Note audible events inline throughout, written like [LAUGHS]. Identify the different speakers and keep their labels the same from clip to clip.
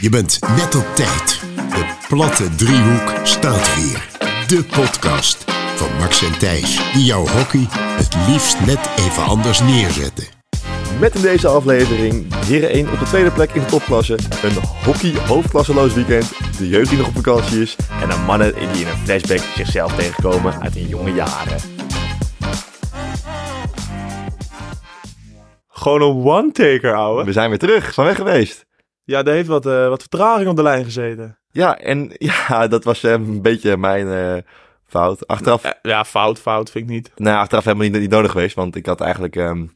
Speaker 1: Je bent net op tijd. De platte driehoek staat weer. De podcast van Max en Thijs, die jouw hockey het liefst net even anders neerzetten.
Speaker 2: Met in deze aflevering Heren 1 op de tweede plek in de topklasse. Een hockey hoofdklasseloos weekend. De jeugd die nog op vakantie is. En een mannen die in een flashback zichzelf tegenkomen uit hun jonge jaren.
Speaker 3: Gewoon een one-taker, ouwe.
Speaker 2: We zijn weer terug van weg geweest.
Speaker 3: Ja, daar heeft wat, eh, wat vertraging op de lijn gezeten.
Speaker 2: Ja, en [LAUGHS] ja, dat was eh, een beetje mijn eh, fout. Achteraf,
Speaker 3: Eh, Ja, fout, fout vind ik niet.
Speaker 2: nou, ja, achteraf helemaal niet, niet nodig geweest. Want ik had eigenlijk... ehm,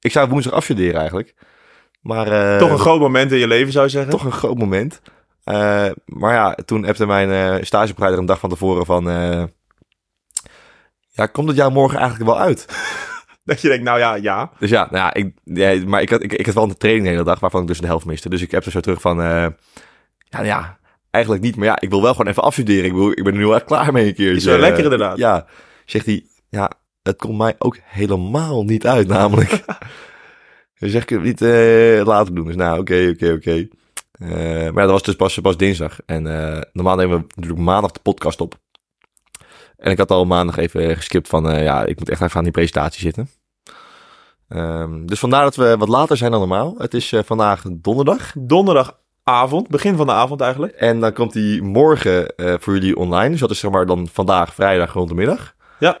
Speaker 2: ik zou woensdag afstuderen eigenlijk. Maar, eh,
Speaker 3: Toch een groot moment in je leven, zou je zeggen.
Speaker 2: toch een groot moment. Eh, maar ja, toen appte mijn eh stagebegeleider een dag van tevoren van... eh, ja, komt het jou morgen eigenlijk wel uit?
Speaker 3: Dat je denkt, nou ja, ja.
Speaker 2: Dus ja, nou ja, ik, ja, maar ik had, ik, ik had wel een training de hele dag, waarvan ik dus een helft miste. Dus ik appte zo terug van... eh, ja, nou ja, eigenlijk niet. Maar ja, ik wil wel gewoon even afstuderen. Ik, bedoel, ik ben er nu wel echt klaar mee een keer.
Speaker 3: Is wel
Speaker 2: Eh,
Speaker 3: lekker inderdaad.
Speaker 2: Ja, zegt hij. Ja, het komt mij ook helemaal niet uit namelijk. Dan zeg ik het niet eh, later doen. Dus nou, oké, oké, oké. Eh, maar ja, dat was dus pas, pas dinsdag. En eh, normaal nemen we natuurlijk maandag de podcast op. En ik had al maandag even geskipt van, eh, ja, ik moet echt even aan die presentatie zitten. Ehm, dus vandaar dat we wat later zijn dan normaal. Het is eh, vandaag donderdag.
Speaker 3: Donderdagavond, begin van de avond eigenlijk.
Speaker 2: En dan komt die morgen eh, voor jullie online. Dus dat is zeg maar dan vandaag, vrijdag, rond de middag.
Speaker 3: Ja.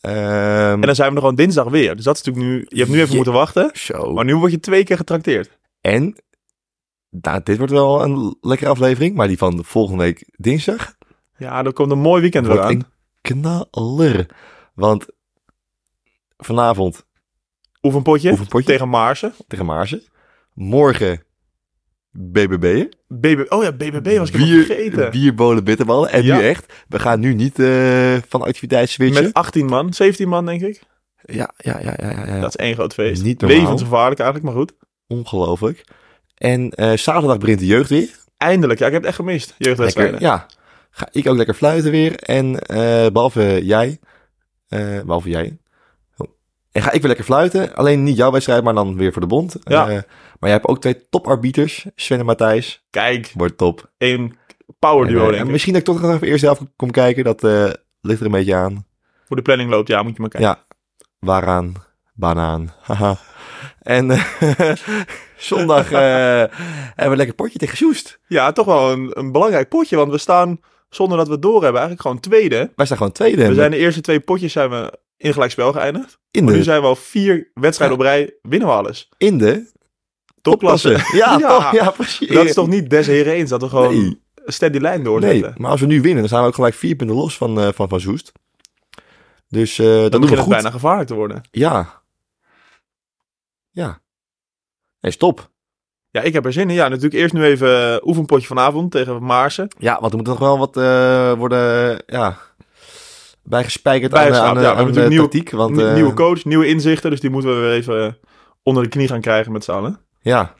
Speaker 2: Ehm,
Speaker 3: En dan zijn we er gewoon dinsdag weer. Dus dat is natuurlijk nu... Je hebt nu even
Speaker 2: Je-
Speaker 3: moeten wachten.
Speaker 2: Zo.
Speaker 3: Maar nu word je twee keer getrakteerd.
Speaker 2: En, nou, dit wordt wel een lekkere aflevering, maar die van de volgende week dinsdag
Speaker 3: Ja, dan komt een mooi weekend weer
Speaker 2: wordt
Speaker 3: aan.
Speaker 2: een knaller. Want vanavond
Speaker 3: Oefenpotje,
Speaker 2: Oefenpotje.
Speaker 3: tegen Maarsen.
Speaker 2: tegen Maarsen, morgen BBB'en.
Speaker 3: BB... Oh ja, BBB was ik helemaal
Speaker 2: Bier,
Speaker 3: vergeten.
Speaker 2: bierbolen, bitterballen. En
Speaker 3: Ja.
Speaker 2: nu echt, we gaan nu niet eh, van activiteit switchen.
Speaker 3: Met 18 man, 17 man denk ik.
Speaker 2: Ja, ja, ja, ja, ja. ja.
Speaker 3: Dat is één groot feest.
Speaker 2: Niet normaal.
Speaker 3: Levensgevaarlijk eigenlijk, maar goed.
Speaker 2: Ongelooflijk. En eh, zaterdag begint de jeugd weer.
Speaker 3: Eindelijk. Ja, ik heb het echt gemist. Jeugdwedstrijden.
Speaker 2: Lekker, ja. Ga ik ook lekker fluiten weer. En eh, behalve jij. eh, behalve jij. Oh. En ga ik weer lekker fluiten. Alleen niet jouw wedstrijd, maar dan weer voor de bond.
Speaker 3: Ja.
Speaker 2: Eh, maar jij hebt ook twee toparbiters. Sven en Matthijs.
Speaker 3: Kijk,
Speaker 2: Wordt top.
Speaker 3: één power
Speaker 2: En,
Speaker 3: duo
Speaker 2: eh,
Speaker 3: denk
Speaker 2: en
Speaker 3: ik.
Speaker 2: misschien dat ik toch nog even eerst zelf kom kijken. Dat eh, ligt er een beetje aan.
Speaker 3: Hoe de planning loopt, ja, moet je maar kijken.
Speaker 2: Ja. Waaraan? Banaan. [LAUGHS] Haha. en eh, [LAUGHS] zondag eh, hebben we een lekker potje tegen Soest.
Speaker 3: Ja, toch wel een, een belangrijk potje, want we staan, zonder dat we het doorhebben, eigenlijk gewoon tweede.
Speaker 2: Wij staan gewoon tweede.
Speaker 3: We zijn de eerste twee potjes zijn we in gelijk spel geëindigd.
Speaker 2: in,
Speaker 3: Maar nu
Speaker 2: de,
Speaker 3: zijn we al vier wedstrijden
Speaker 2: Ja.
Speaker 3: op rij, winnen we alles.
Speaker 2: in de
Speaker 3: Topklasse.
Speaker 2: Ja,
Speaker 3: [LAUGHS] Ja.
Speaker 2: toch? Ja, precies.
Speaker 3: Dat is toch niet des heren eens, dat we gewoon
Speaker 2: Nee.
Speaker 3: een steady lijn
Speaker 2: Nee,
Speaker 3: doorzetten.
Speaker 2: maar als we nu winnen, dan zijn we ook gelijk vier punten los van, eh, van, van Zoest. Dus eh, dat
Speaker 3: Dan
Speaker 2: doen we
Speaker 3: begint
Speaker 2: goed.
Speaker 3: het bijna gevaarlijk te worden.
Speaker 2: Ja. Ja. Nee, stop.
Speaker 3: Ja, ik heb er zin in. Ja, natuurlijk eerst nu even eh, oefenpotje vanavond tegen Maarsen.
Speaker 2: Ja, want er moet nog wel wat eh, worden ja, bijgespijkerd aan, de-
Speaker 3: Bijgeschaafd,
Speaker 2: aan, de-
Speaker 3: ja, we
Speaker 2: aan
Speaker 3: hebben
Speaker 2: de
Speaker 3: natuurlijk
Speaker 2: tactiek. Want,
Speaker 3: Nie-
Speaker 2: eh,
Speaker 3: nieuwe coach, nieuwe inzichten, dus die moeten we weer even eh, onder de knie gaan krijgen met z'n allen.
Speaker 2: Ja,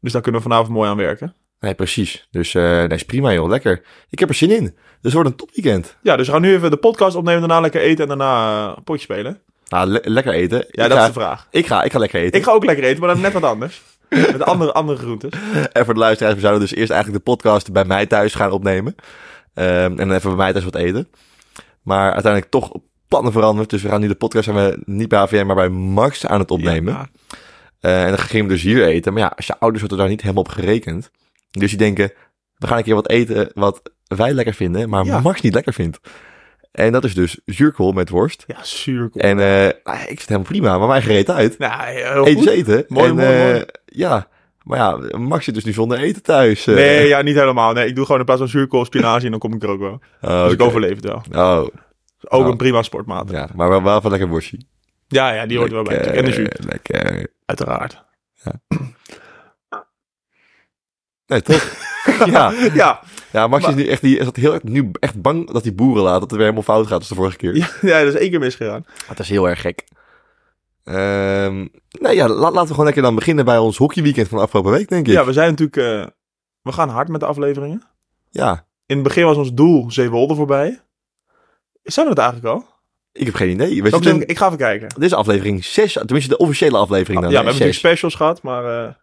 Speaker 3: Dus daar kunnen we vanavond mooi aan werken.
Speaker 2: nee, precies. Dus eh nee, is prima joh, lekker. Ik heb er zin in. Dus het wordt een topweekend.
Speaker 3: Ja, dus we gaan nu even de podcast opnemen, daarna lekker eten en daarna eh, potje spelen.
Speaker 2: Nou, le- lekker eten.
Speaker 3: Ja,
Speaker 2: ik,
Speaker 3: dat
Speaker 2: ga,
Speaker 3: is de vraag.
Speaker 2: ik, ga, ik ga lekker eten.
Speaker 3: Ik ga ook lekker eten, maar dan net wat anders.
Speaker 2: [LAUGHS]
Speaker 3: Met andere, andere groentes.
Speaker 2: En voor de luisteraars, we zouden dus eerst eigenlijk de podcast bij mij thuis gaan opnemen. Ehm, en dan even bij mij thuis wat eten. Maar uiteindelijk toch plannen veranderd. Dus we gaan nu de podcast zijn we niet bij AVM, maar bij Max aan het opnemen.
Speaker 3: Ja.
Speaker 2: Eh, en dan gingen we dus hier eten. Maar ja, als je ouders hadden daar niet helemaal op gerekend. Dus die denken, we gaan een keer wat eten wat wij lekker vinden, maar
Speaker 3: Ja.
Speaker 2: Max niet lekker vindt. En dat is dus zuurkool met worst.
Speaker 3: Ja, zuurkool.
Speaker 2: En eh, nou, ik vind het helemaal prima, maar mij gereed uit.
Speaker 3: Nou,
Speaker 2: Eten
Speaker 3: heel
Speaker 2: is
Speaker 3: goed.
Speaker 2: eten.
Speaker 3: Mooi,
Speaker 2: en,
Speaker 3: mooi,
Speaker 2: eh,
Speaker 3: mooi.
Speaker 2: Ja, maar ja, Max zit dus nu zonder eten thuis. eh.
Speaker 3: Nee, ja, niet helemaal. Nee, ik doe gewoon in plaats van zuurkool, spinazie en dan kom ik er ook wel.
Speaker 2: Oh,
Speaker 3: Dus ik
Speaker 2: oké.
Speaker 3: overleef het wel.
Speaker 2: Oh,
Speaker 3: Ook
Speaker 2: Nou.
Speaker 3: een prima sportmaat. Ja.
Speaker 2: ja, maar wel, wel even lekker worstje.
Speaker 3: ja, die hoort er wel bij.
Speaker 2: Lekker,
Speaker 3: natuurlijk. En de jus,
Speaker 2: Lekker. [LAUGHS]
Speaker 3: uiteraard.
Speaker 2: Nee,
Speaker 3: [LAUGHS]
Speaker 2: toch? ja.
Speaker 3: Ja,
Speaker 2: ja, Max
Speaker 3: Maar-
Speaker 2: is nu echt, die, is dat heel, erg- nu echt bang dat die boeren laat, dat het weer helemaal fout gaat als de vorige keer.
Speaker 3: ja, ja, dat is één keer misgegaan.
Speaker 2: Dat is heel erg gek. Ehm nou ja, la- laten we gewoon lekker dan beginnen bij ons hockeyweekend van afgelopen week, denk ik.
Speaker 3: Ja, we zijn natuurlijk... eh, we gaan hard met de afleveringen.
Speaker 2: Ja,
Speaker 3: In het begin was ons doel Zeewolde voorbij. Zijn we dat eigenlijk al?
Speaker 2: ik heb geen idee. Weet
Speaker 3: Zal ik,
Speaker 2: je,
Speaker 3: even- ik ga even kijken.
Speaker 2: dit is aflevering 6, tenminste de officiële aflevering dan.
Speaker 3: Ah, ja,
Speaker 2: hè?
Speaker 3: dus- we hebben
Speaker 2: Zes.
Speaker 3: natuurlijk specials gehad, maar eh,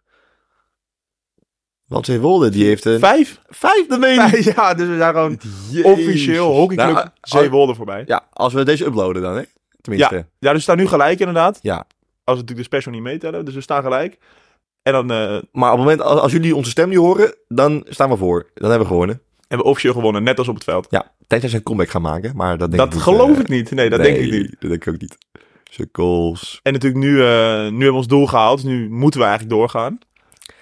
Speaker 2: Want Zeewolde, die heeft een...
Speaker 3: Vijf?
Speaker 2: Vijfde mening!
Speaker 3: Vijf, [LAUGHS] ja, dus we zijn gewoon officieel hockeyclub
Speaker 2: Nou,
Speaker 3: Zeewolde voorbij.
Speaker 2: Ja, als we deze uploaden dan, hè? Tenminste.
Speaker 3: oh, Ja, dus we staan nu gelijk inderdaad.
Speaker 2: Ja.
Speaker 3: Als we natuurlijk de special niet meetellen, dus we staan gelijk. En dan eh,
Speaker 2: Maar op het moment, als, als jullie onze stem nu horen, dan staan we voor. Dan hebben we gewonnen.
Speaker 3: hebben we officieel gewonnen, net als op het veld.
Speaker 2: Ja, tenzij ze een comeback gaan maken, maar dat denk ik
Speaker 3: dat
Speaker 2: niet,
Speaker 3: geloof
Speaker 2: eh,
Speaker 3: ik niet. Nee, dat
Speaker 2: nee,
Speaker 3: denk ik niet.
Speaker 2: Dat denk ik ook niet. Sukkels.
Speaker 3: En natuurlijk nu, eh, nu hebben we ons doel gehaald. Dus nu moeten we eigenlijk doorgaan.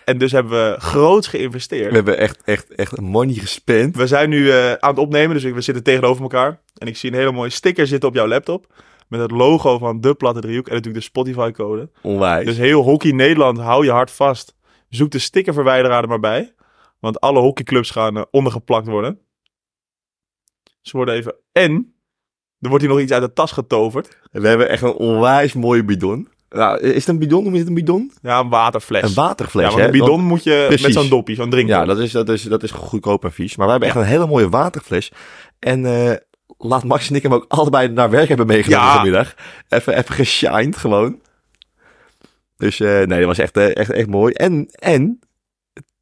Speaker 3: En dus hebben we groots
Speaker 2: We
Speaker 3: geïnvesteerd.
Speaker 2: hebben echt, echt, echt money gespend.
Speaker 3: We zijn nu eh, aan het opnemen, dus ik- we zitten tegenover elkaar. En ik zie een hele mooie sticker zitten op jouw laptop. Met het logo van De Platte Driehoek en natuurlijk de Spotify-code.
Speaker 2: Onwijs.
Speaker 3: Dus heel Hockey Nederland, hou je hart vast. Zoek de stickerverwijderaar er maar bij. Want alle hockeyclubs gaan eh, ondergeplakt worden. Ze worden even... En, er wordt hier nog iets uit de tas getoverd.
Speaker 2: we hebben echt een onwijs mooie bidon. Nou, is het een bidon? Noem je het een bidon?
Speaker 3: Ja, een waterfles.
Speaker 2: Een waterfles,
Speaker 3: ja, want
Speaker 2: hè?
Speaker 3: een bidon
Speaker 2: Want-
Speaker 3: moet je met
Speaker 2: Precies.
Speaker 3: zo'n dopje, zo'n drinkje.
Speaker 2: ja, dat is, dat, is, dat is goedkoop en vies. Maar wij hebben echt een hele mooie waterfles. En eh, laat Max en ik hem ook allebei naar werk hebben meegenomen
Speaker 3: Ja.
Speaker 2: vanmiddag. Even, even geshined gewoon. Dus eh, nee, dat was echt, eh, echt, echt mooi. En, en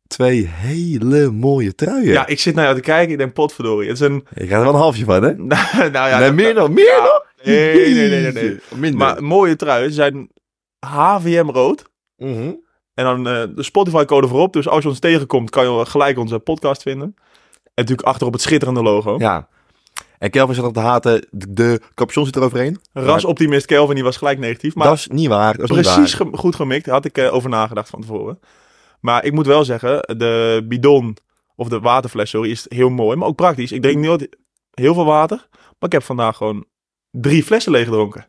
Speaker 2: twee hele mooie truien.
Speaker 3: Ja, ik zit naar jou te kijken. Ik denk, potverdorie. Het is een... [LAUGHS]
Speaker 2: Ik ga er wel een halfje van, hè?
Speaker 3: Nou, ja,
Speaker 2: nee,
Speaker 3: dat-
Speaker 2: meer nog, meer
Speaker 3: Ja.
Speaker 2: nog?
Speaker 3: Nee, nee, nee, nee, nee.
Speaker 2: Minder.
Speaker 3: Maar mooie truien. Ze zijn HVM rood.
Speaker 2: Mhm.
Speaker 3: En dan eh, de Spotify-code voorop. Dus als je ons tegenkomt, kan je gelijk onze podcast vinden. En natuurlijk achterop het schitterende logo.
Speaker 2: Ja. En Kelvin zat op de haten, de, de capuchon zit eroverheen.
Speaker 3: Rasoptimist Kelvin, die was gelijk negatief. Maar
Speaker 2: dat is niet waar. Dat is niet
Speaker 3: precies
Speaker 2: waar.
Speaker 3: ge- goed gemikt. Daar had ik eh, over nagedacht van tevoren. Maar ik moet wel zeggen, de bidon, of de waterfles, sorry, is heel mooi. Maar ook praktisch. Ik drink nooit heel veel water. Maar ik heb vandaag gewoon drie flessen leeggedronken.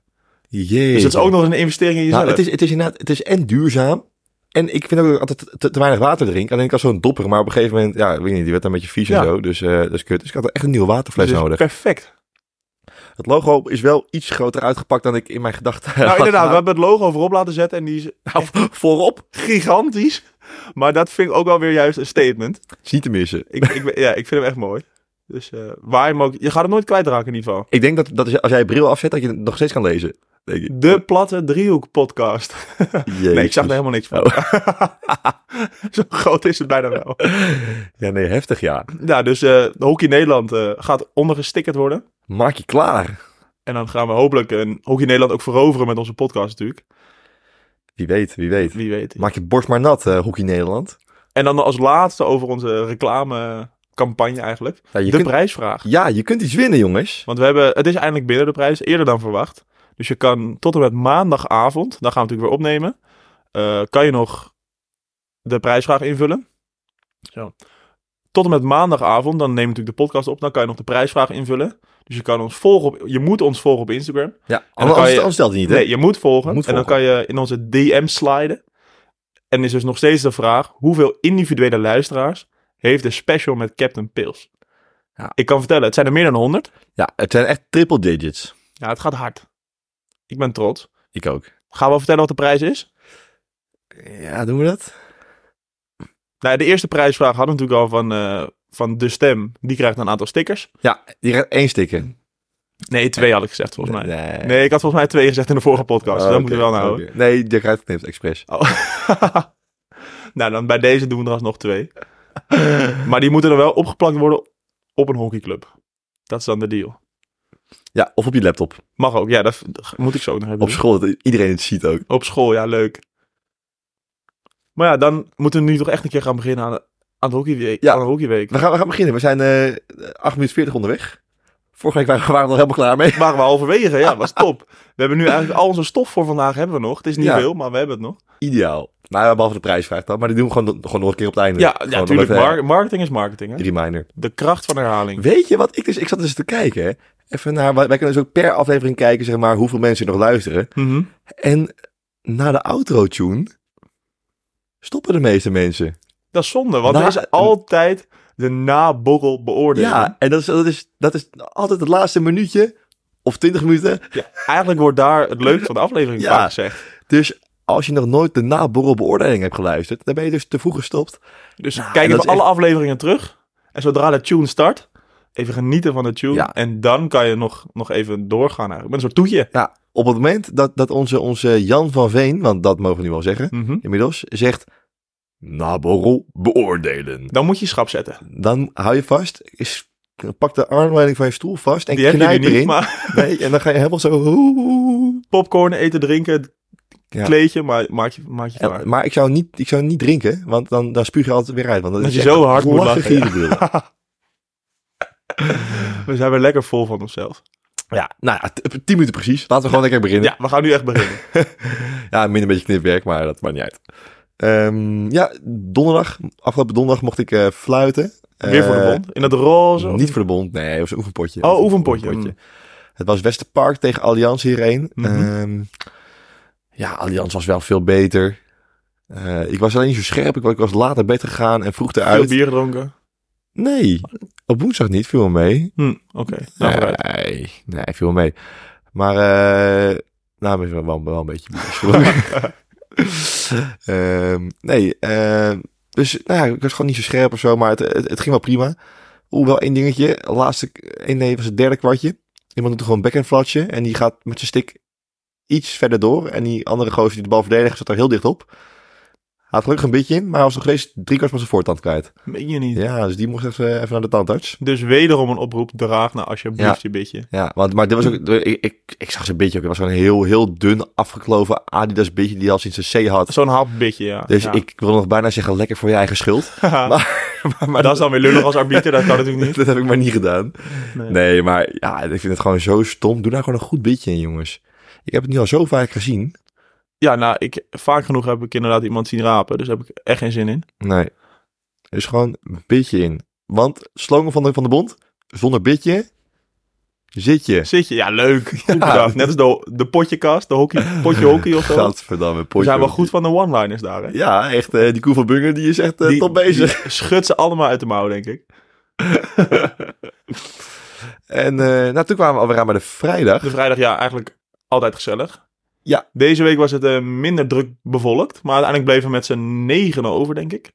Speaker 2: Jee.
Speaker 3: Dus dat is ook nog eens een investering in jezelf.
Speaker 2: Nou, het, is, het is inderdaad, het is en duurzaam. En ik vind ook dat ik altijd te, te weinig water drink. Alleen ik had zo'n dopper, maar op een gegeven moment, ja, ik weet niet, die werd een beetje vies
Speaker 3: Ja.
Speaker 2: en zo. Dus eh, dat is kut. Dus ik had echt een nieuwe waterfles
Speaker 3: Dus het is
Speaker 2: nodig. [LAUGHS]
Speaker 3: Perfect.
Speaker 2: Het logo is wel iets groter uitgepakt dan ik in mijn gedachten [LAUGHS] had
Speaker 3: Nou, inderdaad, we
Speaker 2: gehad.
Speaker 3: hebben het logo voorop laten zetten en die is
Speaker 2: Nou, [LAUGHS] voorop.
Speaker 3: gigantisch. Maar dat vind ik ook wel weer juist een statement.
Speaker 2: Het is niet te missen.
Speaker 3: Ik, ik, [LAUGHS] ben- ja, ik vind hem echt mooi. Dus eh, waar je hem ook... Je gaat hem nooit kwijtraken in ieder geval.
Speaker 2: Ik denk dat, dat is, als jij je bril afzet, dat je het nog steeds kan lezen. Denk ik.
Speaker 3: De Platte Driehoek podcast. [LAUGHS] Nee, ik zag
Speaker 2: Jezus.
Speaker 3: er helemaal niks van.
Speaker 2: Oh.
Speaker 3: [LAUGHS] Zo groot is het bijna wel.
Speaker 2: Ja, nee, heftig ja.
Speaker 3: Nou, dus eh, de Hockey Nederland eh, gaat ondergestickerd worden.
Speaker 2: Maak je klaar.
Speaker 3: En dan gaan we hopelijk een Hockey Nederland ook veroveren met onze podcast natuurlijk.
Speaker 2: Wie weet, wie weet.
Speaker 3: Wie weet.
Speaker 2: Maak je borst maar nat, eh Hockey Nederland.
Speaker 3: En dan als laatste over onze reclamecampagne eigenlijk.
Speaker 2: Ja je,
Speaker 3: de
Speaker 2: kunt,
Speaker 3: prijsvraag.
Speaker 2: ja, je kunt iets winnen, jongens.
Speaker 3: Want we hebben, het is eindelijk binnen de prijs, eerder dan verwacht. Dus je kan tot en met maandagavond, dan gaan we natuurlijk weer opnemen, eh, kan je nog de prijsvraag invullen. Zo. Tot en met maandagavond, dan neem je natuurlijk de podcast op, dan kan je nog de prijsvraag invullen. Dus je, kan ons volgen op, je moet ons volgen op Instagram.
Speaker 2: Ja,
Speaker 3: dan kan
Speaker 2: anders,
Speaker 3: je-
Speaker 2: anders stelt hij niet, hè?
Speaker 3: Nee, je moet volgen.
Speaker 2: Je moet
Speaker 3: en dan kan
Speaker 2: volgen.
Speaker 3: je in onze DM sliden. En is dus nog steeds de vraag: hoeveel individuele luisteraars heeft de special met Captain Pils?
Speaker 2: Ja.
Speaker 3: Ik kan vertellen, het zijn er meer dan 100.
Speaker 2: Ja, het zijn echt triple digits.
Speaker 3: Ja, het gaat hard. Ik ben trots.
Speaker 2: Ik ook.
Speaker 3: Gaan we vertellen wat de prijs is?
Speaker 2: Ja, doen we dat?
Speaker 3: Nou, de eerste prijsvraag hadden we natuurlijk al van, eh, van De Stem. Die krijgt een aantal stickers.
Speaker 2: Ja, die gaat één stikken.
Speaker 3: Nee, twee had ik gezegd volgens mij.
Speaker 2: Nee,
Speaker 3: Nee, ik had volgens mij twee gezegd in de vorige podcast. dus
Speaker 2: Oh, oké,
Speaker 3: dat moeten we wel naar houden.
Speaker 2: oké. Nee, Dirk Kuyt neemt het expres.
Speaker 3: Oh. [LAUGHS] nou, dan bij deze doen we er alsnog twee. [LAUGHS] maar die moeten dan wel opgeplakt worden op een hockeyclub. Dat is dan de deal.
Speaker 2: Ja, of op je laptop.
Speaker 3: Mag ook, ja, dat dat moet ik zo ook nog hebben.
Speaker 2: Op school, dat iedereen het ziet ook.
Speaker 3: Op school, ja, leuk. Maar ja, dan moeten we nu toch echt een keer gaan beginnen aan, aan, de, hockeyweek,
Speaker 2: Ja.
Speaker 3: aan de hockeyweek.
Speaker 2: We gaan, we gaan beginnen. We zijn eh 8 minuten 40 onderweg. Vorige week waren, waren we er helemaal klaar mee.
Speaker 3: waren we halverwege. Ja, was
Speaker 2: [LAUGHS]
Speaker 3: top. We hebben nu eigenlijk al onze stof voor vandaag hebben we nog. Het is niet
Speaker 2: Ja.
Speaker 3: veel, maar we hebben het nog.
Speaker 2: Ideaal. Nou, behalve de prijsvraag dan. Maar die doen we gewoon, gewoon nog een keer op het einde.
Speaker 3: Ja,
Speaker 2: Gewoon nog
Speaker 3: natuurlijk.
Speaker 2: even-
Speaker 3: marketing is marketing. Hè?
Speaker 2: Reminder.
Speaker 3: De kracht van herhaling.
Speaker 2: Weet je wat ik dus... Ik zat dus te kijken, hè. Even naar... Wij wij kunnen dus ook per aflevering kijken, zeg maar, hoeveel mensen nog luisteren.
Speaker 3: Mhm.
Speaker 2: En na de outro-tune stoppen de meeste mensen.
Speaker 3: Dat is zonde, want
Speaker 2: Na-
Speaker 3: er is altijd de naborrel beoordeling.
Speaker 2: Ja, en dat is, dat, is, dat is altijd het laatste minuutje of 20 minuten.
Speaker 3: Ja, Eigenlijk wordt daar het leukste van de aflevering
Speaker 2: Ja.
Speaker 3: vaak gezegd.
Speaker 2: Dus als je nog nooit de naborrelbeoordeling hebt geluisterd, dan ben je dus te vroeg gestopt.
Speaker 3: Dus
Speaker 2: Nou,
Speaker 3: kijk
Speaker 2: en
Speaker 3: even
Speaker 2: dat is
Speaker 3: alle afleveringen terug. En zodra de tune start, even genieten van de tune.
Speaker 2: Ja.
Speaker 3: En dan kan je nog, nog even doorgaan eigenlijk. Met een soort toetje.
Speaker 2: Ja, op het moment dat, dat onze, onze Jan van Veen, want dat mogen we nu wel zeggen,
Speaker 3: Mhm.
Speaker 2: inmiddels, zegt na borrel beoordelen.
Speaker 3: Dan moet je schap zetten.
Speaker 2: Dan hou je vast, is, pak de armleiding van je stoel vast en
Speaker 3: Die heb je
Speaker 2: knijp
Speaker 3: nu niet,
Speaker 2: erin.
Speaker 3: maar
Speaker 2: Nee, en dan ga je helemaal zo...
Speaker 3: popcorn, eten, drinken,
Speaker 2: Ja.
Speaker 3: kleedje, maar maak je, maak je
Speaker 2: En-
Speaker 3: klaar.
Speaker 2: maar ik zou, niet, ik zou niet drinken, want dan, dan spuug je altijd weer uit. Want dat
Speaker 3: Dat
Speaker 2: is
Speaker 3: je
Speaker 2: echt
Speaker 3: zo hard moet
Speaker 2: lachen,
Speaker 3: lachen, ja.
Speaker 2: gierenbrullen.
Speaker 3: [LAUGHS] We zijn weer lekker vol van onszelf.
Speaker 2: Ja, nou ja, t- tien minuten precies. Laten we gewoon lekker beginnen.
Speaker 3: Ja, we gaan nu echt beginnen.
Speaker 2: Ja, minder een beetje knipwerk, maar dat maakt niet uit. Ehm, ja, donderdag, afgelopen donderdag mocht ik eh, fluiten.
Speaker 3: Weer voor
Speaker 2: [LAUGHS]
Speaker 3: de
Speaker 2: Eh,
Speaker 3: bond. In het roze. of-
Speaker 2: Niet voor de bond, nee, het was een oefenpotje.
Speaker 3: Oh, oefenpotje.
Speaker 2: Het was Westerpark tegen Allianz hierheen.
Speaker 3: Mhm.
Speaker 2: Ehm, ja, Allianz was wel veel beter. Eh, ik was alleen niet zo scherp, ik was, ik was laat naar bed gegaan en vroeg
Speaker 3: Veel
Speaker 2: eruit.
Speaker 3: bier gedronken.
Speaker 2: Nee, op woensdag niet, viel wel mee.
Speaker 3: Hm, Oké, nou
Speaker 2: nee,
Speaker 3: vooruit.
Speaker 2: nee, viel mee. Maar, eh nou, ik ben wel, wel een beetje boos, gelukkig. [LAUGHS] Ehm, nee, ehm, dus nou ja, ik was gewoon niet zo scherp of zo, maar het, het, het ging wel prima. Hoewel één dingetje, laatste, eh, nee, was het derde kwartje. Iemand doet gewoon een backhand flatje en die gaat met zijn stick iets verder door. En die andere gozer die de bal verdedigt, zat er heel dicht op. Hij had gelukkig een beetje in, maar hij was nog steeds drie kwart van zijn voortand kwijt.
Speaker 3: Meen je niet.
Speaker 2: Ja, dus die moest even, even naar de tandarts.
Speaker 3: Dus wederom een oproep, draag nou alsjeblieft
Speaker 2: Ja.
Speaker 3: je bitje.
Speaker 2: Ja, want, maar dit was
Speaker 3: Hmm.
Speaker 2: ook, ik, ik, ik zag zijn beetje ook. Het was zo'n heel, heel dun afgekloven Adidas beetje die hij al sinds de C had.
Speaker 3: Zo'n hap bitje, ja.
Speaker 2: Dus
Speaker 3: [LAUGHS] Ja.
Speaker 2: ik wil nog bijna zeggen, lekker voor je eigen
Speaker 3: [LAUGHS]
Speaker 2: schuld.
Speaker 3: maar, dat is dan weer lullig als arbiter, dat kan natuurlijk niet.
Speaker 2: dat heb ik maar niet gedaan.
Speaker 3: Nee.
Speaker 2: Nee. maar ja, ik vind het gewoon zo stom. Doe daar gewoon een goed beetje in, jongens. Ik heb het nu al zo vaak gezien.
Speaker 3: Ja, nou, ik, vaak genoeg heb ik inderdaad iemand zien rapen, dus daar heb ik echt geen zin in.
Speaker 2: Nee. Dus gewoon een beetje in. Want slogan van de, van de bond, zonder beetje zit je.
Speaker 3: Zit je? Ja, leuk. Goed bedacht. Net als de, de potjekast, de hockey,
Speaker 2: [LAUGHS]
Speaker 3: potje hockey of zo.
Speaker 2: Gadverdamme,
Speaker 3: We
Speaker 2: potje.
Speaker 3: zijn wel goed van de one-liners daar, hè?
Speaker 2: Ja, echt. eh, die Koe van Bunger, die is echt eh, top bezig.
Speaker 3: die schudt ze allemaal uit de mouw, denk ik.
Speaker 2: En eh nou, toen kwamen we alweer aan bij de vrijdag.
Speaker 3: De vrijdag, ja, eigenlijk altijd gezellig.
Speaker 2: Ja.
Speaker 3: Deze week was het eh, minder druk bevolkt, maar uiteindelijk bleven we met z'n negenen over, denk ik.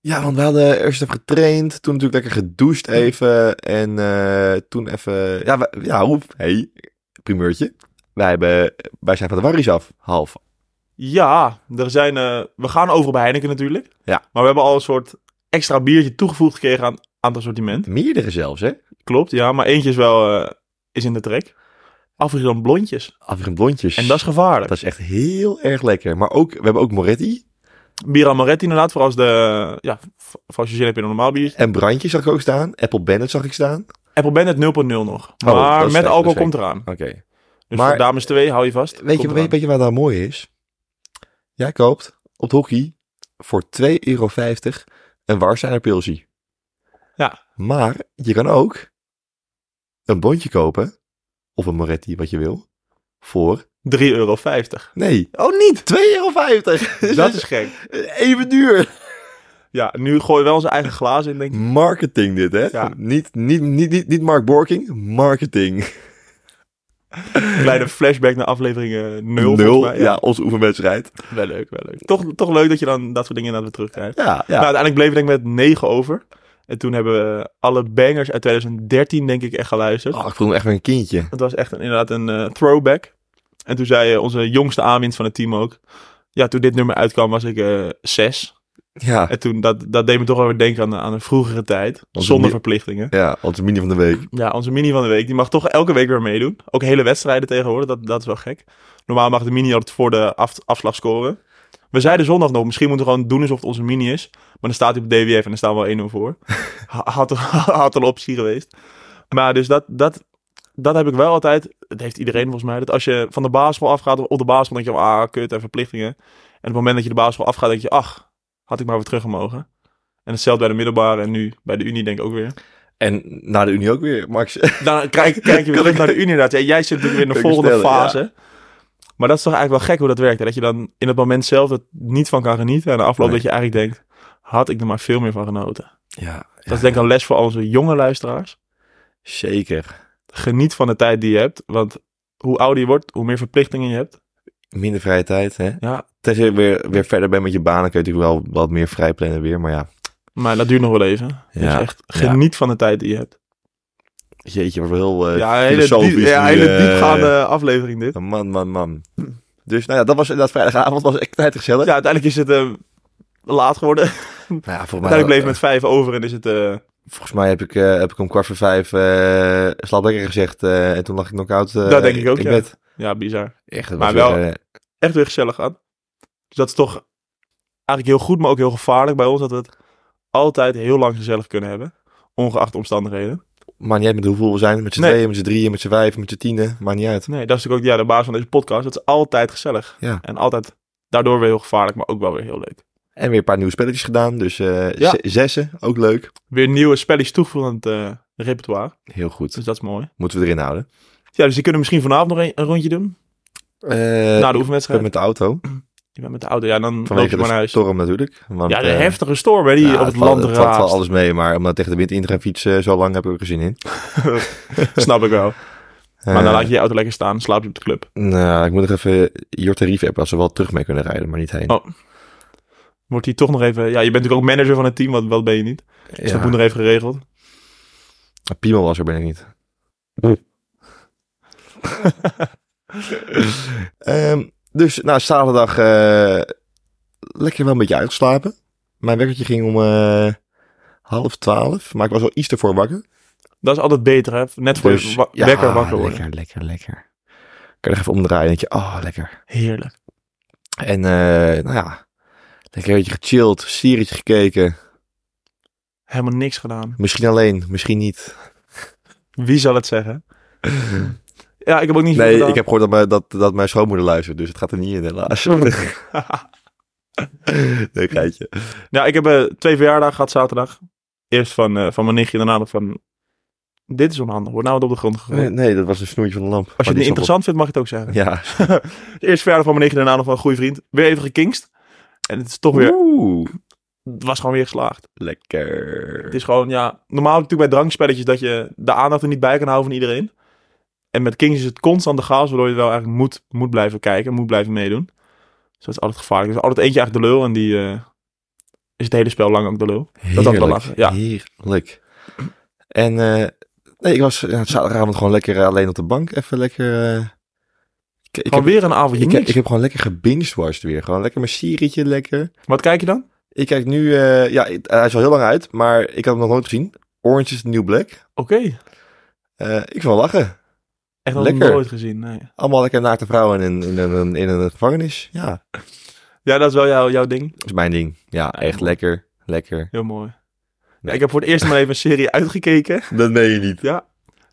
Speaker 2: Ja, want we hadden eerst even getraind, toen natuurlijk lekker gedoucht even. En eh, toen even... Ja, we- ja hoe... hey, primeurtje. Wij, hebben, wij zijn van de Warries af, half.
Speaker 3: Ja, er zijn, eh, we gaan over bij Heineken natuurlijk.
Speaker 2: Ja.
Speaker 3: Maar we hebben al een soort extra biertje toegevoegd gekregen aan, aan het assortiment.
Speaker 2: Meerdere zelfs, hè?
Speaker 3: Klopt, ja, maar eentje is wel eh, is in de trek. Afrikaan blondjes.
Speaker 2: Afwegen blondjes.
Speaker 3: En dat is gevaarlijk.
Speaker 2: Dat is echt heel erg lekker. Maar ook, we hebben ook Moretti
Speaker 3: Bira Moretti inderdaad, voor als, de, ja, voor als je zin hebt in een normaal bier.
Speaker 2: en Brandje zag ik ook staan. Apple Bennett zag ik staan.
Speaker 3: Apple Bandit 0.0 nog.
Speaker 2: dat is sterk,
Speaker 3: Maar
Speaker 2: Oh, dat
Speaker 3: met
Speaker 2: is
Speaker 3: alcohol
Speaker 2: sterk.
Speaker 3: komt eraan.
Speaker 2: Oké.
Speaker 3: Dus
Speaker 2: Maar-
Speaker 3: voor dames 2, hou je vast.
Speaker 2: Weet je,
Speaker 3: Komt
Speaker 2: weet,
Speaker 3: eraan.
Speaker 2: weet je waar dat mooi is? Jij koopt op de hockey voor 2,50 euro een Warsteiner Pilsie.
Speaker 3: Ja.
Speaker 2: Maar je kan ook een bondje kopen, of een Moretti, wat je wil, voor,
Speaker 3: 3,50 euro.
Speaker 2: nee. Oh, niet! 2,50 euro!
Speaker 3: Dat is gek.
Speaker 2: even duur.
Speaker 3: Ja, nu gooi je wel zijn eigen glazen in,
Speaker 2: [LAUGHS]
Speaker 3: denk ik.
Speaker 2: Marketing dit, hè?
Speaker 3: Ja.
Speaker 2: Niet, niet, niet, niet, niet Mark Borking, marketing.
Speaker 3: Kleine flashback naar aflevering 0.
Speaker 2: Nul, ja. onze oefenwedstrijd.
Speaker 3: Wel leuk, wel leuk. Toch, toch leuk dat je dan dat soort dingen inderdaad weer terugkrijgt.
Speaker 2: Ja, ja.
Speaker 3: Nou, uiteindelijk bleven we denk ik met 9 over. En toen hebben we alle bangers uit 2013 denk ik echt geluisterd.
Speaker 2: Oh, ik voel me echt weer een kindje.
Speaker 3: Het was echt een, inderdaad een eh, throwback. En toen zei eh, onze jongste aanwinst van het team ook... Ja, toen dit nummer uitkwam was ik eh, zes.
Speaker 2: Ja,
Speaker 3: En toen, dat, dat deed me toch wel weer denken aan, aan een vroegere tijd.
Speaker 2: Onze
Speaker 3: zonder
Speaker 2: mi-
Speaker 3: verplichtingen.
Speaker 2: ja, onze mini van de week.
Speaker 3: Ja, onze mini van de week, die mag toch elke week weer meedoen. Ook hele wedstrijden tegenwoordig, dat, dat is wel gek. Normaal mag de mini altijd voor de af- afslag scoren. We zeiden zondag nog, misschien moeten we gewoon doen alsof het onze mini is. Maar dan staat hij op DWF en dan staan we wel 1-0 voor. Ha- Had, had een optie geweest. Maar dus dat, dat, dat heb ik wel altijd. Dat heeft iedereen volgens mij. Dat als je van de basisschool afgaat, op de basisschool denk je, ah, kut en verplichtingen. En op het moment dat je de basisschool afgaat, denk je, ach, had ik maar weer terug gemogen. En hetzelfde bij de middelbare en nu bij de Unie denk ik ook weer.
Speaker 2: En na de Unie ook weer, Max. [LAUGHS]
Speaker 3: Dan kijk, kijk je weer terug naar de Unie inderdaad. Ja, jij zit natuurlijk weer in de
Speaker 2: Kan ik
Speaker 3: volgende
Speaker 2: stellen,
Speaker 3: fase. Maar dat is toch eigenlijk wel gek hoe dat werkt. Hè? Dat je dan in het moment zelf er niet van kan genieten. En de afloop
Speaker 2: Nee.
Speaker 3: dat je eigenlijk denkt, had ik er maar veel meer van genoten.
Speaker 2: Ja,
Speaker 3: Dat is denk ik een les voor al onze jonge luisteraars.
Speaker 2: zeker.
Speaker 3: Geniet van de tijd die je hebt. Want hoe ouder je wordt, hoe meer verplichtingen je hebt.
Speaker 2: Minder vrije tijd, hè?
Speaker 3: Ja,
Speaker 2: Tenzij je weer, weer verder bent met je banen, kun je natuurlijk wel wat meer vrij plannen weer. Maar ja,
Speaker 3: maar dat duurt nog wel even. Dus
Speaker 2: Ja.
Speaker 3: echt, geniet van de tijd die je hebt.
Speaker 2: jeetje, wat heel eh
Speaker 3: ja, een hele,
Speaker 2: filosofisch.
Speaker 3: diep- ja,
Speaker 2: nu,
Speaker 3: hele
Speaker 2: eh,
Speaker 3: diepgaande aflevering dit.
Speaker 2: Hm. Man, man, man. Dus nou ja, dat was inderdaad vrijdagavond. was echt tijd gezellig.
Speaker 3: Ja, uiteindelijk is het eh, laat geworden.
Speaker 2: Nou ja, volgens mij,
Speaker 3: Uiteindelijk bleef met vijf over en is het... eh,
Speaker 2: volgens mij heb ik, eh, heb ik om kwart voor vijf eh slaap lekker gezegd. eh, en toen lag ik knock-out eh,
Speaker 3: Dat denk ik ook,
Speaker 2: in
Speaker 3: ja.
Speaker 2: bed.
Speaker 3: ja, bizar.
Speaker 2: Echt, dat
Speaker 3: Maar
Speaker 2: was
Speaker 3: wel-
Speaker 2: weer, eh,
Speaker 3: echt weer gezellig aan. Dus dat is toch eigenlijk heel goed, maar ook heel gevaarlijk bij ons. Dat we het altijd heel lang gezellig kunnen hebben. Ongeacht de omstandigheden.
Speaker 2: maakt niet uit met hoeveel we zijn. Met z'n
Speaker 3: Nee.
Speaker 2: tweeën, met z'n drieën, met z'n vijf, met z'n tienen. Maakt niet uit.
Speaker 3: Nee, dat is natuurlijk ook ja, de basis van deze podcast. Dat is altijd gezellig.
Speaker 2: Ja.
Speaker 3: En altijd daardoor weer heel gevaarlijk, maar ook wel weer heel leuk.
Speaker 2: En weer een paar nieuwe spelletjes gedaan. Dus eh,
Speaker 3: Ja.
Speaker 2: ze- zessen, ook leuk.
Speaker 3: Weer nieuwe spelletjes toegevoegd aan het eh, repertoire.
Speaker 2: Heel goed.
Speaker 3: Dus dat is mooi.
Speaker 2: Moeten we erin houden.
Speaker 3: Ja, dus die kunnen misschien vanavond nog een, een rondje doen.
Speaker 2: Eh
Speaker 3: na de
Speaker 2: ik ben
Speaker 3: oefenwedstrijd.
Speaker 2: met de [CLEARS THROAT] auto.
Speaker 3: Je bent met de auto. Ja, dan loop je
Speaker 2: Vanwege
Speaker 3: maar
Speaker 2: de
Speaker 3: naar huis.
Speaker 2: storm natuurlijk. Want,
Speaker 3: Ja, de
Speaker 2: eh,
Speaker 3: heftige storm hè, die
Speaker 2: ja,
Speaker 3: op het,
Speaker 2: valt-
Speaker 3: land
Speaker 2: Het valt wel
Speaker 3: raast.
Speaker 2: alles mee, maar om dan tegen de wind in te gaan fietsen, zo lang heb ik er geen zin in.
Speaker 3: [LAUGHS] Snap ik
Speaker 2: [LAUGHS]
Speaker 3: wel. Maar dan
Speaker 2: Eh,
Speaker 3: laat je je auto lekker staan. Slaap je op de club.
Speaker 2: Nou, ik moet nog even Jort en Rief appen als ze wel terug mee kunnen rijden, maar niet heen.
Speaker 3: Oh, Wordt hij toch nog even... Ja, je bent natuurlijk ook manager van het team. Wat, wat ben je niet? Dus dat moet nog even geregeld.
Speaker 2: Piemel was er, ben ik niet. [LAUGHS] Ehm, dus, nou, zaterdag eh, lekker wel een beetje uitgeslapen. Mijn wekkertje ging om eh, half twaalf, maar ik was wel iets ervoor wakker.
Speaker 3: Dat is altijd beter, hè? Net voor
Speaker 2: Dus,
Speaker 3: je wa-
Speaker 2: ja,
Speaker 3: wekker wakker worden.
Speaker 2: Lekker, lekker, lekker. Kan je er even omdraaien denk je, oh, lekker.
Speaker 3: Heerlijk.
Speaker 2: En, eh, nou ja, lekker een beetje gechilled, serietje gekeken.
Speaker 3: Helemaal niks gedaan.
Speaker 2: Misschien alleen, misschien niet.
Speaker 3: Wie zal het
Speaker 2: [LAUGHS]
Speaker 3: zeggen? ja, ik heb ook niet veel
Speaker 2: Nee,
Speaker 3: gedaan.
Speaker 2: ik heb gehoord dat mijn, dat, dat mijn schoonmoeder luistert, dus het gaat er niet in helaas. [LAUGHS] nee, geitje.
Speaker 3: Ja, ik heb eh, twee verjaardagen gehad zaterdag. Eerst van, eh, van mijn nichtje, daarna nog van... Dit is onhandig. Wordt nou wat op de grond gegooid.
Speaker 2: Nee, nee, dat was een snoertje van de lamp.
Speaker 3: Als je het
Speaker 2: Maar
Speaker 3: niet
Speaker 2: die is nog
Speaker 3: interessant vindt, mag je het ook zeggen.
Speaker 2: wel- Ja.
Speaker 3: Eerst verjaardag van mijn nichtje, daarna nog van een goede vriend. Weer even gekingst. En het is toch weer...
Speaker 2: Oeh,
Speaker 3: Het was gewoon weer geslaagd.
Speaker 2: lekker.
Speaker 3: Het is gewoon, ja, normaal natuurlijk bij drankspelletjes dat je de aandacht er niet bij kan houden van iedereen. En met Kings is het constant de chaos, waardoor je wel eigenlijk moet, moet blijven kijken, moet blijven meedoen. Dus dat is altijd gevaarlijk. Er is altijd eentje eigenlijk de lul en die eh, is het hele spel lang ook de lul.
Speaker 2: Heerlijk,
Speaker 3: had wel lachen, ja.
Speaker 2: heerlijk. En eh, nee, ik was ja, zaterdagavond gewoon lekker eh, alleen op de bank. Even lekker... eh, ik- ik,
Speaker 3: Gewoon
Speaker 2: heb,
Speaker 3: weer een avondje
Speaker 2: ik, heb,
Speaker 3: niks.
Speaker 2: ik heb gewoon lekker gebingewashed weer. Gewoon lekker mijn serietje, lekker.
Speaker 3: Wat kijk je dan?
Speaker 2: Ik kijk nu... eh, ja, het- hij is al heel lang uit, maar ik had hem nog nooit gezien. Orange is the New Black.
Speaker 3: Oké,
Speaker 2: Eh, ik wil lachen.
Speaker 3: echt nog
Speaker 2: Lekker.
Speaker 3: nooit gezien. Nee.
Speaker 2: Allemaal lekker naakte vrouwen in, in, in, in, in een gevangenis. Ja,
Speaker 3: Ja, dat is wel jouw, jouw ding.
Speaker 2: dat is mijn ding. Ja, echt lekker. Lekker.
Speaker 3: Heel mooi.
Speaker 2: Nee.
Speaker 3: Ik heb voor het eerst maar even een serie uitgekeken.
Speaker 2: Dat meen je niet.
Speaker 3: Ja,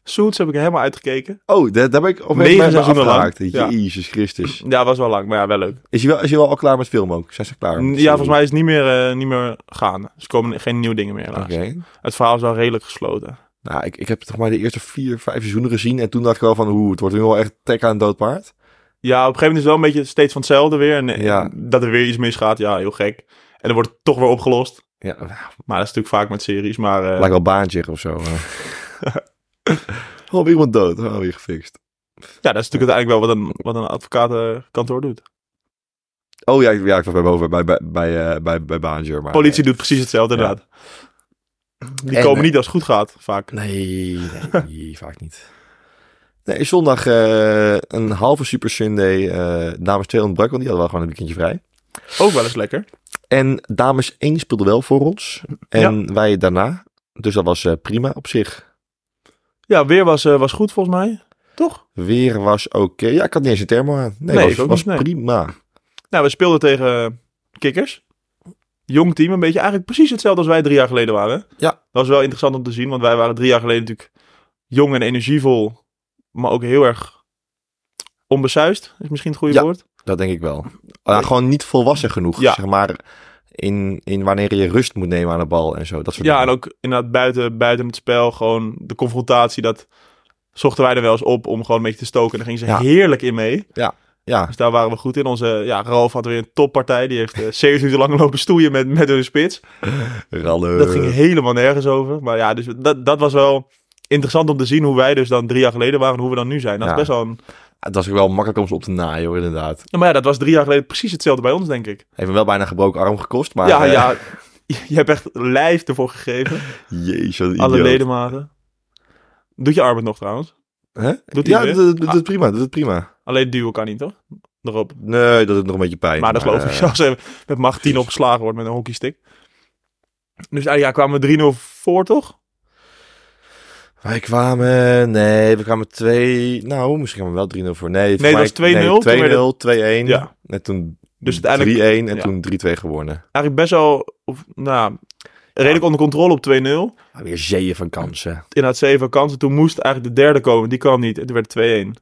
Speaker 3: Suits heb ik helemaal uitgekeken.
Speaker 2: Oh, daar, daar ben ik op
Speaker 3: Negen
Speaker 2: een
Speaker 3: seizoenen lang.
Speaker 2: afgehaakt.
Speaker 3: Ja.
Speaker 2: Jezus Christus.
Speaker 3: Ja, was wel lang, maar ja, wel leuk.
Speaker 2: Is je wel, is je wel al klaar met film ook? Zijn ze klaar? met
Speaker 3: Mm, Ja,
Speaker 2: serie?
Speaker 3: volgens mij is het niet meer, eh, niet meer gaande. Dus er komen geen nieuwe dingen meer helaas.
Speaker 2: Oké.
Speaker 3: Het verhaal is wel redelijk gesloten.
Speaker 2: Nou, ik, ik heb toch maar de eerste vier, vijf seizoenen gezien. En toen dacht ik wel van, hoe, het wordt nu wel echt trek aan een dood paard.
Speaker 3: Ja, op een gegeven moment is het wel een beetje steeds van hetzelfde weer. En eh,
Speaker 2: Ja.
Speaker 3: dat er weer iets misgaat, ja, heel gek. En dan wordt het toch weer opgelost.
Speaker 2: Ja,
Speaker 3: Maar dat is natuurlijk vaak met series. Maar eh,
Speaker 2: lijkt wel baantje of zo. maar-
Speaker 3: [LAUGHS]
Speaker 2: oh, weer iemand dood. Oh, weer gefixt.
Speaker 3: ja, dat is natuurlijk uiteindelijk wel wat een, wat een advocatenkantoor doet.
Speaker 2: Oh ja, ik- ja ik was bij boven, bij, bij, bij, eh, bij, bij Baantje. Maar,
Speaker 3: Politie doet precies hetzelfde,
Speaker 2: Ja.
Speaker 3: inderdaad. Die
Speaker 2: En,
Speaker 3: komen
Speaker 2: eh,
Speaker 3: niet als het goed gaat, vaak.
Speaker 2: Nee, nee [LAUGHS] vaak niet. Nee, zondag eh, een halve Super Sunday. eh dames 2 ontbrak, want die hadden wel gewoon een weekendje vrij.
Speaker 3: Ook wel eens lekker.
Speaker 2: En dames 1 speelde wel voor ons. En wij daarna. Dus dat was eh, prima op zich.
Speaker 3: Ja, weer was, eh, was goed volgens mij. Toch?
Speaker 2: Weer was oké. Ja, ik had niet eens een thermo aan. Nee,
Speaker 3: Nee,
Speaker 2: was,
Speaker 3: ik ook
Speaker 2: was
Speaker 3: niet, nee.
Speaker 2: prima.
Speaker 3: Nou, we speelden tegen eh, Kikkers. Jong team, een beetje eigenlijk precies hetzelfde als wij drie jaar geleden waren.
Speaker 2: Ja.
Speaker 3: Dat was wel interessant om te zien, want wij waren drie jaar geleden natuurlijk jong en energievol. Maar ook heel erg onbesuist, is misschien het goede
Speaker 2: Ja.
Speaker 3: woord.
Speaker 2: Dat denk ik wel. Ah, gewoon niet volwassen genoeg,
Speaker 3: Ja.
Speaker 2: zeg maar. In, in wanneer je rust moet nemen aan de bal en zo. Dat soort
Speaker 3: Ja,
Speaker 2: dingen.
Speaker 3: en ook inderdaad buiten, buiten het spel, gewoon de confrontatie, dat zochten wij er wel eens op om gewoon een beetje te stoken. En daar gingen ze
Speaker 2: Ja.
Speaker 3: heerlijk in mee.
Speaker 2: Ja,
Speaker 3: Dus daar waren we goed in. Onze, ja, Ralf had weer een toppartij. Die heeft eh, 7 [LAUGHS] minuten lang lopen stoeien met, met hun spits.
Speaker 2: rallen.
Speaker 3: Dat ging helemaal nergens over. Maar ja, dus dat, dat was wel interessant om te zien hoe wij dus dan drie jaar geleden waren en hoe we dan nu zijn. Dat
Speaker 2: Ja.
Speaker 3: is best wel een...
Speaker 2: Het was ook wel makkelijk om ze op te naaien, hoor, inderdaad.
Speaker 3: Ja, maar ja, dat was drie jaar geleden precies hetzelfde bij ons, denk ik.
Speaker 2: Heeft me wel bijna een gebroken arm gekost, maar...
Speaker 3: ja,
Speaker 2: eh,
Speaker 3: ja, je hebt echt lijf ervoor gegeven.
Speaker 2: Jezus, wat een
Speaker 3: Alle
Speaker 2: idioot.
Speaker 3: ledematen. Doet je arm het nog trouwens?
Speaker 2: Hè?
Speaker 3: Doet hij
Speaker 2: ja,
Speaker 3: het
Speaker 2: dat
Speaker 3: weer?
Speaker 2: dat- dat is prima, dat is prima.
Speaker 3: Alleen duwen kan niet, toch? nog op.
Speaker 2: Nee, dat doet nog een beetje pijn.
Speaker 3: Maar dat geloof ik [LAUGHS]
Speaker 2: eh,
Speaker 3: zelfs even met macht 10 opgeslagen wordt met een hockeystick. Dus ah, ja, kwamen we 3-0 voor, toch?
Speaker 2: Wij kwamen, nee, we kwamen 2, nou, misschien kwamen we wel 3-0 voor. Nee, voor
Speaker 3: Nee, dat
Speaker 2: mij-
Speaker 3: was 2-0, toen
Speaker 2: 2-0,
Speaker 3: werd
Speaker 2: 2-1.
Speaker 3: Ja.
Speaker 2: En toen
Speaker 3: Dus uiteindelijk
Speaker 2: 3-1 en
Speaker 3: ja.
Speaker 2: toen 3-2 gewonnen.
Speaker 3: eigenlijk best wel, of, nou, redelijk onder controle op 2-0.
Speaker 2: Ah, weer zeeën van kansen.
Speaker 3: Inderdaad, zeven kansen. Toen moest eigenlijk de derde komen. Die kwam niet. En toen werd het 2-1.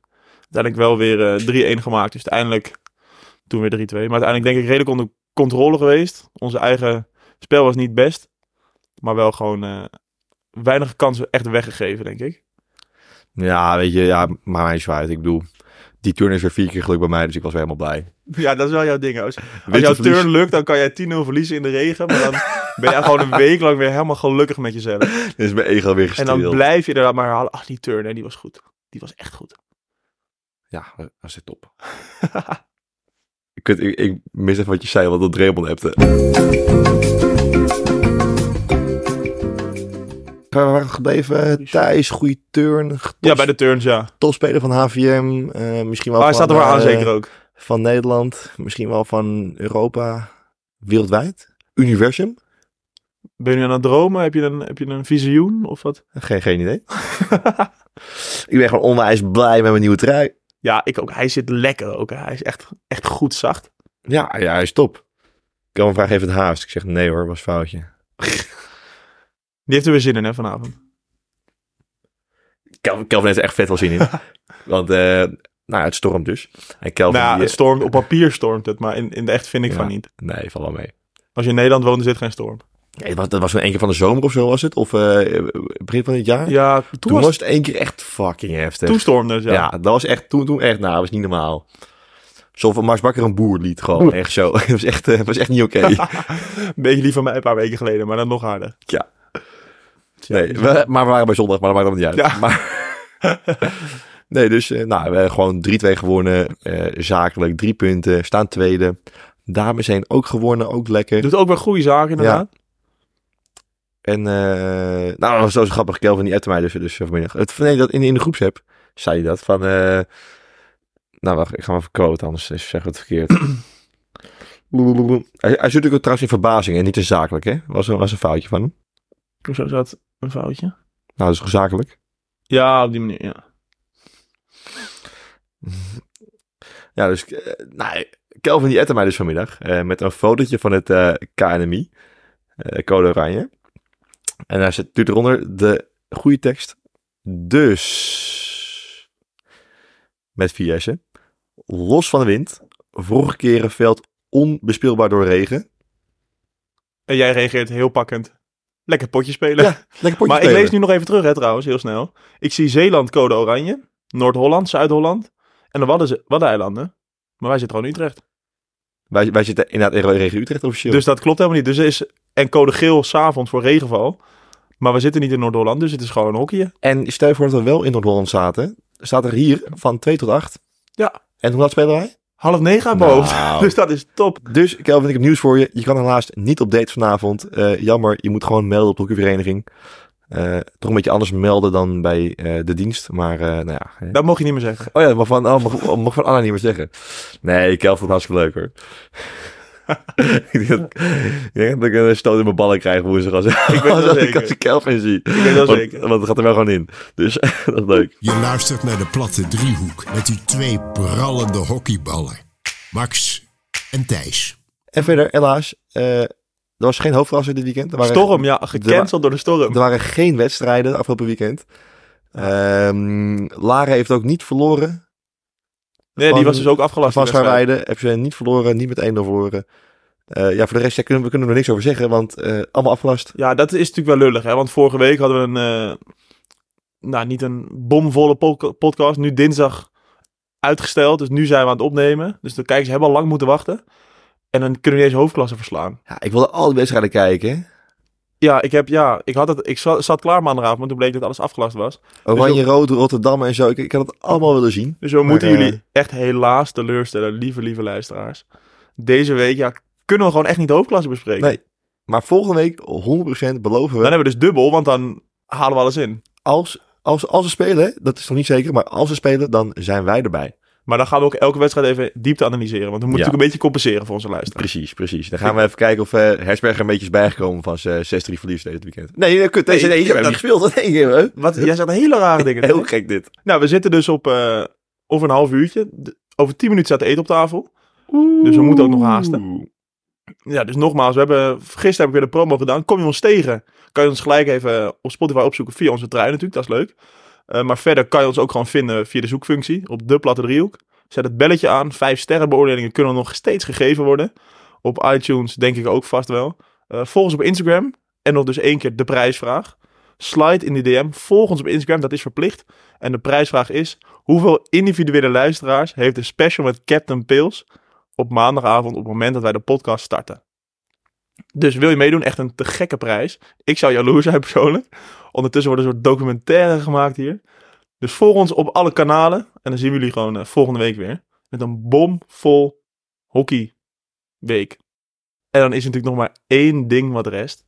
Speaker 3: Uiteindelijk wel weer eh 3-1 gemaakt. Dus uiteindelijk toen weer 3-2. Maar uiteindelijk denk ik redelijk onder controle geweest. Onze eigen spel was niet best. Maar wel gewoon eh, weinig kansen echt weggegeven, denk ik.
Speaker 2: Ja, weet je, ja, maar mij zwaait. Ik bedoel, die turn is weer vier keer geluk bij mij, dus ik was weer helemaal blij.
Speaker 3: Ja, dat is wel jouw ding. Als, als
Speaker 2: Wint
Speaker 3: jouw
Speaker 2: of verlies?
Speaker 3: turn lukt, dan kan jij 10-0 verliezen in de regen. Maar dan ben je gewoon een week lang weer helemaal gelukkig met jezelf.
Speaker 2: Dan is mijn ego weer
Speaker 3: En
Speaker 2: gestreeld.
Speaker 3: dan blijf je inderdaad maar herhalen. Ach, die turn, hè, die was goed. Die was echt goed.
Speaker 2: Ja, dat zit top. [LAUGHS] ik, weet- ik, ik mis even wat je zei, want dat Raymond hebte. Waar waren we gebleven? Thijs, goede turn. top-
Speaker 3: Ja, bij de turns, ja.
Speaker 2: Topspeler van HVM. eh, misschien wel
Speaker 3: Maar hij
Speaker 2: van,
Speaker 3: staat er wel aan,
Speaker 2: eh,
Speaker 3: zeker ook.
Speaker 2: Van Nederland. Misschien wel van Europa. Wereldwijd. Universum.
Speaker 3: Ben je nu aan het dromen? Heb je een, heb je een visioen of wat?
Speaker 2: Geen, geen idee. [LAUGHS] ik ben gewoon onwijs blij met mijn nieuwe trui.
Speaker 3: Ja, ik ook. Hij zit lekker ook. hè. Hij is echt, echt goed zacht.
Speaker 2: Ja, ja, hij is top. Ik kan me vragen, even het haast? Ik zeg nee hoor, was foutje.
Speaker 3: Die heeft er weer zin in hè, vanavond.
Speaker 2: Kel- Kelvin heeft er echt vet wel
Speaker 3: [LAUGHS]
Speaker 2: zin in. Want, eh, nou, ja, het stormt dus. En Kelvin,
Speaker 3: nou, ja,
Speaker 2: die-
Speaker 3: het stormt, op papier stormt het, maar in, in de echt vind ik
Speaker 2: Ja.
Speaker 3: van niet.
Speaker 2: nee, valt wel mee.
Speaker 3: Als je in Nederland woont, is dit geen storm.
Speaker 2: Nee, dat was, dat was een één keer van de zomer of zo was het? Of eh, begin van het jaar?
Speaker 3: Ja, toen,
Speaker 2: toen was,
Speaker 3: was,
Speaker 2: het één keer echt fucking heftig.
Speaker 3: toen stormde het, ja.
Speaker 2: ja. dat was echt, toen, toen echt, nou, dat was niet normaal. Alsof Max Bakker een boer liet, gewoon. Echt zo. [LAUGHS] Het was echt, eh, was echt niet oké.
Speaker 3: Een beetje die van mij een paar weken geleden, maar dan nog harder.
Speaker 2: ja. [LAUGHS] Nee, we- maar we waren bij zondag, maar dat maakt allemaal niet uit.
Speaker 3: Ja. [LAUGHS]
Speaker 2: Maar, nee, dus eh, nou, we hebben gewoon 3-2 gewonnen. eh, zakelijk, drie punten, staan tweede. Dames heen ook gewonnen, ook lekker.
Speaker 3: Doet ook weer goede zaken, inderdaad.
Speaker 2: En eh, nou, dat was zo grappig. Kelvin die appte mij dus, dus vanmiddag. Het, nee, dat in, in de groepsapp zei je dat. Van, eh, nou, wacht, ik ga maar even quote, anders zeg ik het verkeerd. hij, hij zit ook trouwens in verbazing en niet in zakelijk, hè? Was een, was een foutje van hem.
Speaker 3: Hoezo zat een foutje?
Speaker 2: Nou, dat is gewoon zakelijk.
Speaker 3: Ja, op die manier, ja.
Speaker 2: Ja, dus eh, nou, Kelvin die appte mij dus vanmiddag eh, met een fotootje van het eh, KNMI, eh, Code Oranje. En daar zit natuurlijk eronder de goede tekst. Dus, met vier S'en. Los van de wind, vorige keren veld onbespeelbaar door regen.
Speaker 3: En jij reageert heel pakkend. Lekker potje spelen.
Speaker 2: Ja, Lekker potje
Speaker 3: maar
Speaker 2: spelen.
Speaker 3: ik lees nu nog even terug, hè, trouwens, heel snel. Ik zie Zeeland code oranje, Noord-Holland, Zuid-Holland en de Wadden- Waddeneilanden. Maar wij zitten gewoon in Utrecht.
Speaker 2: Wij, wij zitten inderdaad in regio Utrecht officieel.
Speaker 3: Dus dat klopt helemaal niet. Dus er is en code geel s'avonds voor regenval. Maar we zitten niet in Noord-Holland, dus het is gewoon hockeyen.
Speaker 2: En stel je voor dat we wel in Noord-Holland zaten. Staat er hier van 2 tot 8.
Speaker 3: Ja.
Speaker 2: En hoe laat spelen wij?
Speaker 3: Half negen aan
Speaker 2: Nou.
Speaker 3: mijn hoofd. [LAUGHS] Dus dat is top.
Speaker 2: Dus Kelvin, ik heb nieuws voor je. Je kan helaas niet op date vanavond. Eh, jammer, je moet gewoon melden op de hockeyvereniging. Eh, toch een beetje anders melden dan bij eh, de dienst. Maar eh, nou ja. eh.
Speaker 3: Dat mocht je niet meer zeggen.
Speaker 2: Oh ja, mag van, oh, mag, mag van Anna niet meer zeggen. Nee, Kelvin, hartstikke leuk hoor. [LAUGHS] ik, denk dat, ik denk dat ik een stoot in mijn ballen krijg woensdag als,
Speaker 3: Ik
Speaker 2: [LAUGHS]
Speaker 3: weet
Speaker 2: als,
Speaker 3: dat
Speaker 2: ik,
Speaker 3: zeker.
Speaker 2: als ik Kelvin zie.
Speaker 3: Ik weet dat
Speaker 2: want,
Speaker 3: zeker.
Speaker 2: want het gaat er wel gewoon in. Dus [LAUGHS] dat is leuk.
Speaker 1: Je luistert naar de platte driehoek met die twee prallende hockeyballen. Max en Thijs.
Speaker 2: En verder, helaas, eh, er was geen hoofdverrassing dit weekend. Er waren-
Speaker 3: Storm, ja, gecanceld door de storm.
Speaker 2: Er waren geen wedstrijden afgelopen weekend. Ehm Laren heeft ook niet verloren.
Speaker 3: Nee, die
Speaker 2: van-
Speaker 3: was dus ook afgelast.
Speaker 2: Van
Speaker 3: die wedstrijd.
Speaker 2: Schaarweide heb ze niet verloren, niet met 1-0 verloren. Eh, ja, voor de rest ja, kunnen we kunnen er niks over zeggen, want eh, allemaal afgelast.
Speaker 3: Ja, dat is natuurlijk wel lullig, hè? Want vorige week hadden we een. eh, nou, niet een bomvolle podca- podcast. Nu dinsdag uitgesteld. Dus nu zijn we aan het opnemen. Dus de kijkers hebben al lang moeten wachten. En dan kunnen we niet eens hoofdklasse verslaan.
Speaker 2: Ja, ik wilde al die wedstrijden kijken.
Speaker 3: Ja, ik, heb, ja, ik, had het, ik zat, zat klaar maandagavond, maar toen bleek dat alles afgelast was.
Speaker 2: Oranje, Rood, Rotterdam en zo. Ik, ik had het allemaal willen zien.
Speaker 3: Dus we moeten
Speaker 2: eh,
Speaker 3: jullie echt helaas teleurstellen, lieve, lieve luisteraars. Deze week, ja, kunnen we gewoon echt niet de hoofdklasse bespreken.
Speaker 2: Nee. Maar volgende week, 100% beloven
Speaker 3: Dan
Speaker 2: we,
Speaker 3: hebben we dus dubbel, want dan halen we alles in.
Speaker 2: als, als, als ze spelen, dat is nog niet zeker, maar als ze spelen, dan zijn wij erbij.
Speaker 3: Maar dan gaan we ook elke wedstrijd even diepte analyseren. Want we moeten
Speaker 2: Ja.
Speaker 3: natuurlijk een beetje compenseren voor onze luisteraars.
Speaker 2: Precies, precies. Dan gaan we even kijken of eh, Hersberger een beetje is bijgekomen van zijn 6-3 verlies deze weekend. Nee, eh, kut, deze
Speaker 3: Nee,
Speaker 2: nee, hebben we
Speaker 3: dat-
Speaker 2: niet gespeeld. [LAUGHS] Nee, eh,
Speaker 3: Wat, jij zegt hele rare dingen.
Speaker 2: Heel gek dit.
Speaker 3: Nou, we zitten dus op eh, over een half uurtje. D- Over tien minuten staat eten op tafel. Dus we moeten ook nog haasten. Ja, dus nogmaals, we hebben, gisteren heb ik weer de promo gedaan. Kom je ons tegen, kan je ons gelijk even op Spotify opzoeken via onze trui natuurlijk, dat is leuk. Eh, maar verder kan je ons ook gewoon vinden via de zoekfunctie op de platte driehoek. Zet het belletje aan, vijf sterrenbeoordelingen kunnen nog steeds gegeven worden. Op iTunes denk ik ook vast wel. Eh volg ons op Instagram en nog dus één keer de prijsvraag. Slide in die DM, volg ons op Instagram, dat is verplicht. En de prijsvraag is, hoeveel individuele luisteraars heeft de special met Captain Pils op maandagavond op het moment dat wij de podcast starten? Dus wil je meedoen? Echt een te gekke prijs. Ik zou jaloers zijn persoonlijk. Ondertussen wordt een soort documentaire gemaakt hier. Dus volg ons op alle kanalen. En dan zien we jullie gewoon eh, volgende week weer. Met een bomvol hockeyweek. En dan is er natuurlijk nog maar één ding wat rest.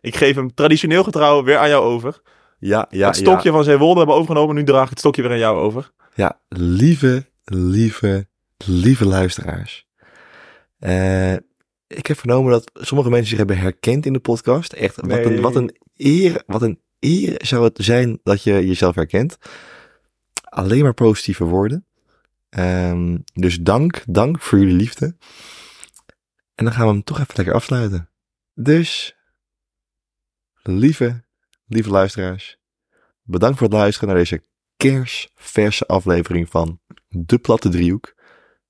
Speaker 3: Ik geef hem traditioneel getrouw weer aan jou over.
Speaker 2: Ja, ja,
Speaker 3: het stokje van Zeewolde hebben we overgenomen. Nu draag ik het stokje weer aan jou over.
Speaker 2: Ja, lieve, lieve, lieve luisteraars. Eh, ik heb vernomen dat sommige mensen zich hebben herkend in de podcast. Echt, wat,
Speaker 3: Nee.
Speaker 2: een, wat, een eer, wat een eer zou het zijn dat je jezelf herkent. Alleen maar positieve woorden. Ehm, dus dank, dank voor jullie liefde. En dan gaan we hem toch even lekker afsluiten. Dus, lieve, lieve luisteraars. Bedankt voor het luisteren naar deze kersverse aflevering van De Platte Driehoek.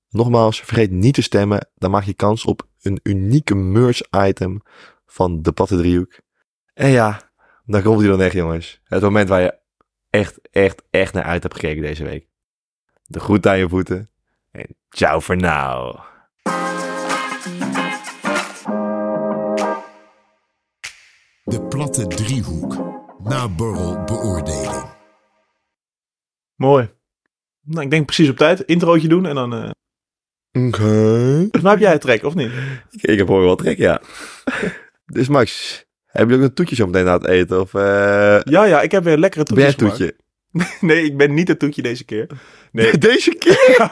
Speaker 2: Nogmaals, vergeet niet te stemmen. Dan maak je kans op een unieke merch-item van De Platte Driehoek. En ja, dan komt hij dan echt, jongens. Het moment waar je echt, echt, echt naar uit hebt gekeken deze week. De groet aan je voeten. En ciao voor nou.
Speaker 1: De platte driehoek. Naborrel beoordeling.
Speaker 3: Mooi. Nou, ik denk precies op tijd. Introotje doen en dan... eh
Speaker 2: Oké.
Speaker 3: volgens mij heb jij het trek, of niet?
Speaker 2: Ik, ik heb hoor wel trek, ja. [LAUGHS] dus Max, heb je ook een toetje zo meteen na het eten? Of eh ben
Speaker 3: Ja, ja, ik heb weer lekkere
Speaker 2: jij
Speaker 3: toetjes
Speaker 2: een toetje?
Speaker 3: gemaakt. Nee, ik ben niet het toetje deze keer.
Speaker 2: [LAUGHS]
Speaker 3: Nee,
Speaker 2: Deze keer?
Speaker 3: [LAUGHS]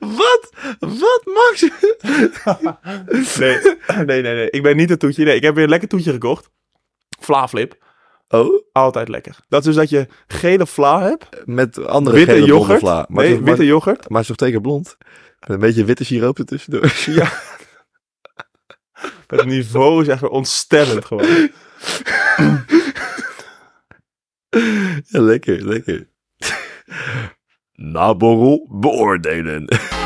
Speaker 2: Wat? Wat, Max?
Speaker 3: nee,
Speaker 2: [LAUGHS]
Speaker 3: nee, nee, nee. Ik ben niet het toetje. Nee, ik heb weer een lekker toetje gekocht. Vlaaflip.
Speaker 2: Oh,
Speaker 3: Altijd lekker. Dat is dus dat je gele vla hebt.
Speaker 2: met andere
Speaker 3: Witte
Speaker 2: gele blonde
Speaker 3: yoghurt.
Speaker 2: vla. Maar,
Speaker 3: nee,
Speaker 2: het is-
Speaker 3: witte yoghurt.
Speaker 2: maar, maar het is nog twee keer blond. Met een beetje witte siroop
Speaker 3: [LAUGHS]
Speaker 2: ertussendoor. Ja.
Speaker 3: Het niveau is echt weer ontstellend gewoon. [LAUGHS]
Speaker 2: lekker, lekker. Naborrel beoordelen.